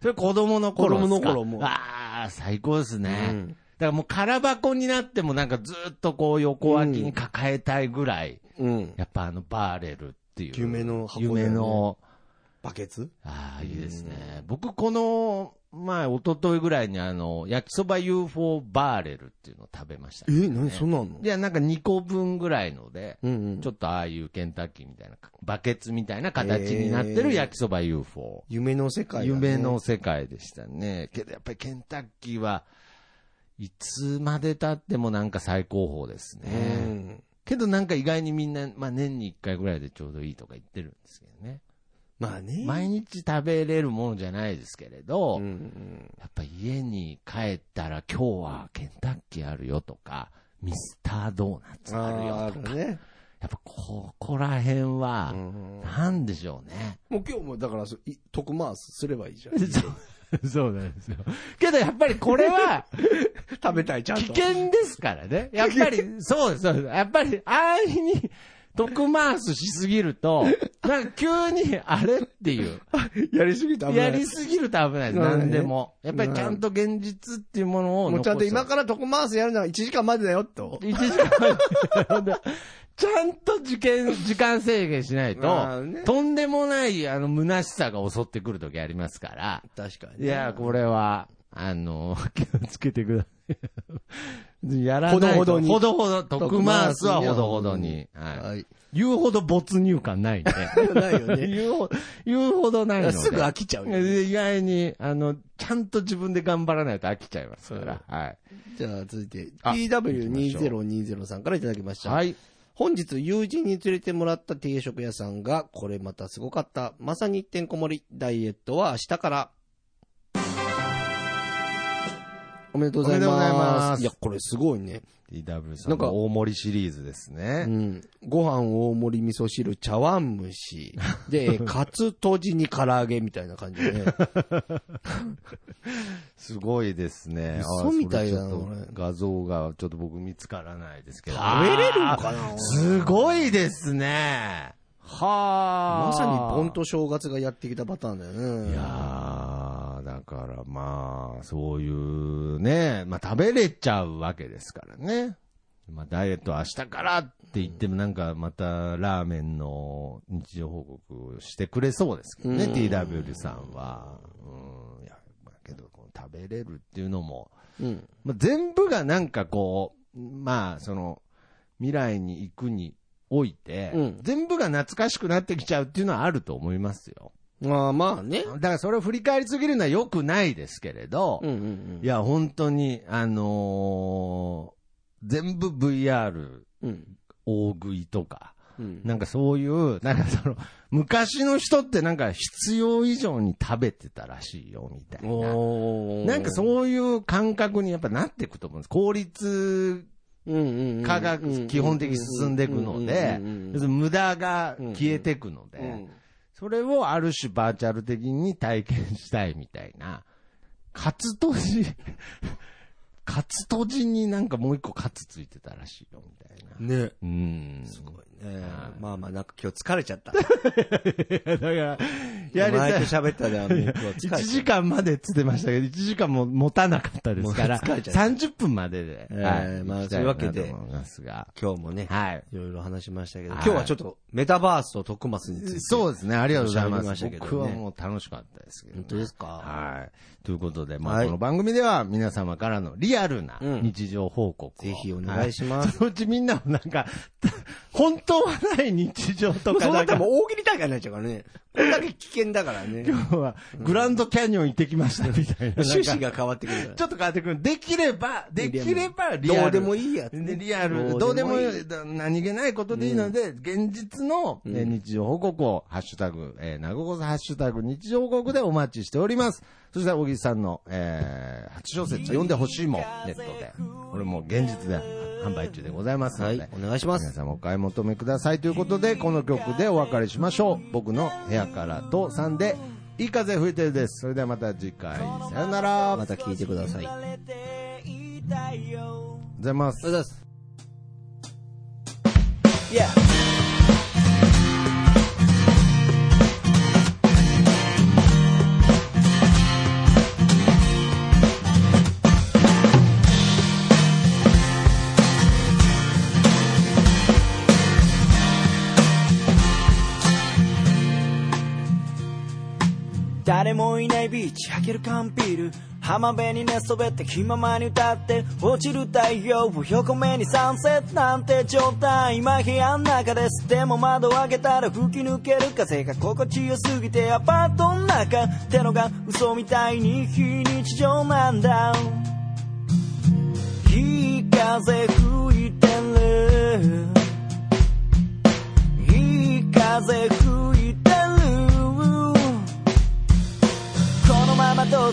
S2: それ子供の頃ですか
S1: 子供の頃も
S2: あー、最高ですね。
S1: うん
S2: だからもう空箱になってもなんかずっとこう横脇に抱えたいぐらい、
S1: うん。
S2: やっぱあのバーレルっていう。
S1: 夢の箱だよね
S2: 夢の。
S1: バケツ
S2: ああ、いいですね。僕、この前、一昨日ぐらいに、あの、焼きそば UFO バーレルっていうのを食べました、
S1: え、何そ
S2: の
S1: んなの
S2: いや、なんか2個分ぐらいので、
S1: うんうん。
S2: ちょっとああいうケンタッキーみたいな、バケツみたいな形になってる焼きそば UFO。
S1: 夢の世界だね。
S2: 夢の世界でしたね。けどやっぱりケンタッキーはいつまで経ってもなんか最高峰です
S1: う
S2: ね。
S1: ん。
S2: けどなんか意外にみんな、まあ年に1回ぐらいでちょうどいいとか言ってるんですけどね。
S1: まあね。
S2: 毎日食べれるものじゃないですけれど、
S1: うんうん。
S2: やっぱ家に帰ったら今日はケンタッキーあるよとか、ミスタードーナツある
S1: あ
S2: よ
S1: ー
S2: と
S1: あ
S2: か、
S1: るね。
S2: やっぱここら辺は
S1: う、ん
S2: なんでしょうね。
S1: もう今日もだから、そい特マースすればいいじゃ ん。
S2: そうなんですよ。けどやっぱりこ れは
S1: 食べたい、ちゃん
S2: 危
S1: と。
S2: 険ですからね。やっ ぱり、そうです、そうです。やっぱり、ああいうふうに、特回すしすぎる と、なんか急にあれっていう。
S1: やりすぎた
S2: やりすぎると危ないです。
S1: まあね
S2: 何でも。やっぱりちゃんと現実っていうものを
S1: もう
S2: 残
S1: ちゃんと今
S2: す
S1: からトコマースやるなら1時間までだよ、と。
S2: 一時間 ちゃんと時間、時間制限しない
S1: まあ
S2: と、
S1: ね
S2: とんでもない、あの、虚しさが襲ってくる時ありますから、
S1: 確かに
S2: いや、これは、あの、気をつけてくだやらないと。
S1: ほどほどに
S2: ほどほど。トクマースはほどほどに。はい。
S1: い。
S2: 言うほど没入感ないね。
S1: ないよね。
S2: 言うほど、言うほどないので。
S1: すぐ飽きちゃうよね
S2: 意外に、あの、ちゃんと自分で頑張らないと飽きちゃいますから。はい。
S1: じゃあ続いて、
S2: あ
S1: PW2020 さんからいただきました。
S2: はい。
S1: 本日友人に連れてもらった定食屋さんが、これまたすごかった。まさに一点こもり。ダイエットは明日から。おめでとうございます。
S2: おめでとうございます
S1: や、これすごいね。
S2: DW さ
S1: なんんか
S2: の大盛りシリーズです
S1: う
S2: ね。
S1: ん。ご飯大盛り味噌汁茶碗蒸 し。で、カツとじに唐揚げみたいな感じでね。
S2: すごいですね。
S1: 嘘みたいだな
S2: あそれちょっと
S1: これ
S2: 画像がちょっと僕見つからないですけど。
S1: 食べれるんか
S2: あー
S1: な
S2: すごいですね。はあ。
S1: まさに盆と正月がやってきたパターンだよね。
S2: いやー、だからまあ、そういうね、まあ食べれちゃうわけですからね。まあダイエットは明日からって言ってもなんかまたラーメンの日常報告をしてくれそうですけどね、
S1: うん
S2: TW さんは。うん、いや、まあけどこう食べれるっていうのも、
S1: うん。
S2: まあ、全部がなんかこう、まあその、未来に行くにおいて、
S1: うん
S2: 全部が懐かしくなってきちゃうっていうのはあると思いますよ。
S1: まあまあね。
S2: だからそれを振り返りすぎるのは良くないですけれど、
S1: うんうんうん。
S2: いや、本当に、あのー全部 VR
S1: うん。
S2: 大食いとか、
S1: うん。
S2: なんかそういう、なんかその、昔の人ってなんか必要以上に食べてたらしいよ、みたいな。
S1: おー
S2: なんかそういう感覚にやっぱなっていくと思うんです。効率化
S1: 科
S2: が基本的に進んでいくので、要するに無駄が消えていくので、それをある種バーチャル的に体験したいみたいな。カツとじ、カツとじになんかもう一個カツついてたらしいよ、みたいな。
S1: ね。
S2: うん。
S1: すごいね。まあまあ、なんか今日疲れち ゃった。
S2: だから、や
S1: やり
S2: り
S1: たい。
S2: たい。
S1: 喋ったで、あの、今日疲れちゃ
S2: 1
S1: った
S2: 時間までっつってましたけど、1時間も持たなかったですから、
S1: もう疲れちゃった
S2: 30分までで、
S1: えーまあ
S2: 行きた
S1: そういうわけで
S2: なと思いますが。
S1: 今日もね、
S2: はい。
S1: いろいろ話しましたけど、
S2: はい
S1: 今日はちょっとメタバースと徳松について。
S2: そうですね、ありがとうござい
S1: 喋り
S2: ま
S1: まし
S2: す。
S1: たけどね
S2: 僕はもう楽しかったですけど、ね。
S1: 本当ですか
S2: はい。ということで、ま
S1: は
S2: あ、
S1: い
S2: この番組では皆様からのリアルな
S1: うん
S2: 日常報告を、
S1: ぜひお願いします
S2: はそのうちみんなもなんか、 本当はない日常とか
S1: そうな
S2: な
S1: っ
S2: ん
S1: たら
S2: か、
S1: もう大喜利大会になっちゃうからね。これだけ危険だからね。
S2: 今日はグランドキャニオン行ってきましたみたいな。
S1: 趣旨
S2: なんか
S1: が変わってくるから
S2: ちょっと変わってくる。できれば、できればリ
S1: どう
S2: アル。
S1: でもいいやつね
S2: でリアル。どうでもいい。だ何気ないことでいいので、現実の、えー日常報告を、ハッシュタグ、えー、なごこそハッシュタグ、日常報告でお待ちしております。そして、小木さんの、えー、8小節読んでほしいもん、ネットで。これも現実で販売中でございますので。
S1: はいお願いします
S2: 皆様お買い求めくださいということで、この曲でお別れしましょう。僕の部屋からとさんで、いい風吹いてるです。それではまた次回、さよなら。
S1: また聞いてください。ありがとう
S2: ございます
S1: ございます。
S3: 誰もいないビーチ開ける缶ビール浜辺に寝そべって気ままに歌って落ちる太陽を横目にサンセットなんて状態今部屋の中ですでも窓を開けたら吹き抜ける風が心地よすぎてアパートの中ってのが嘘みたいに非日常なんだいい風吹いてるいい風吹いてるこのままと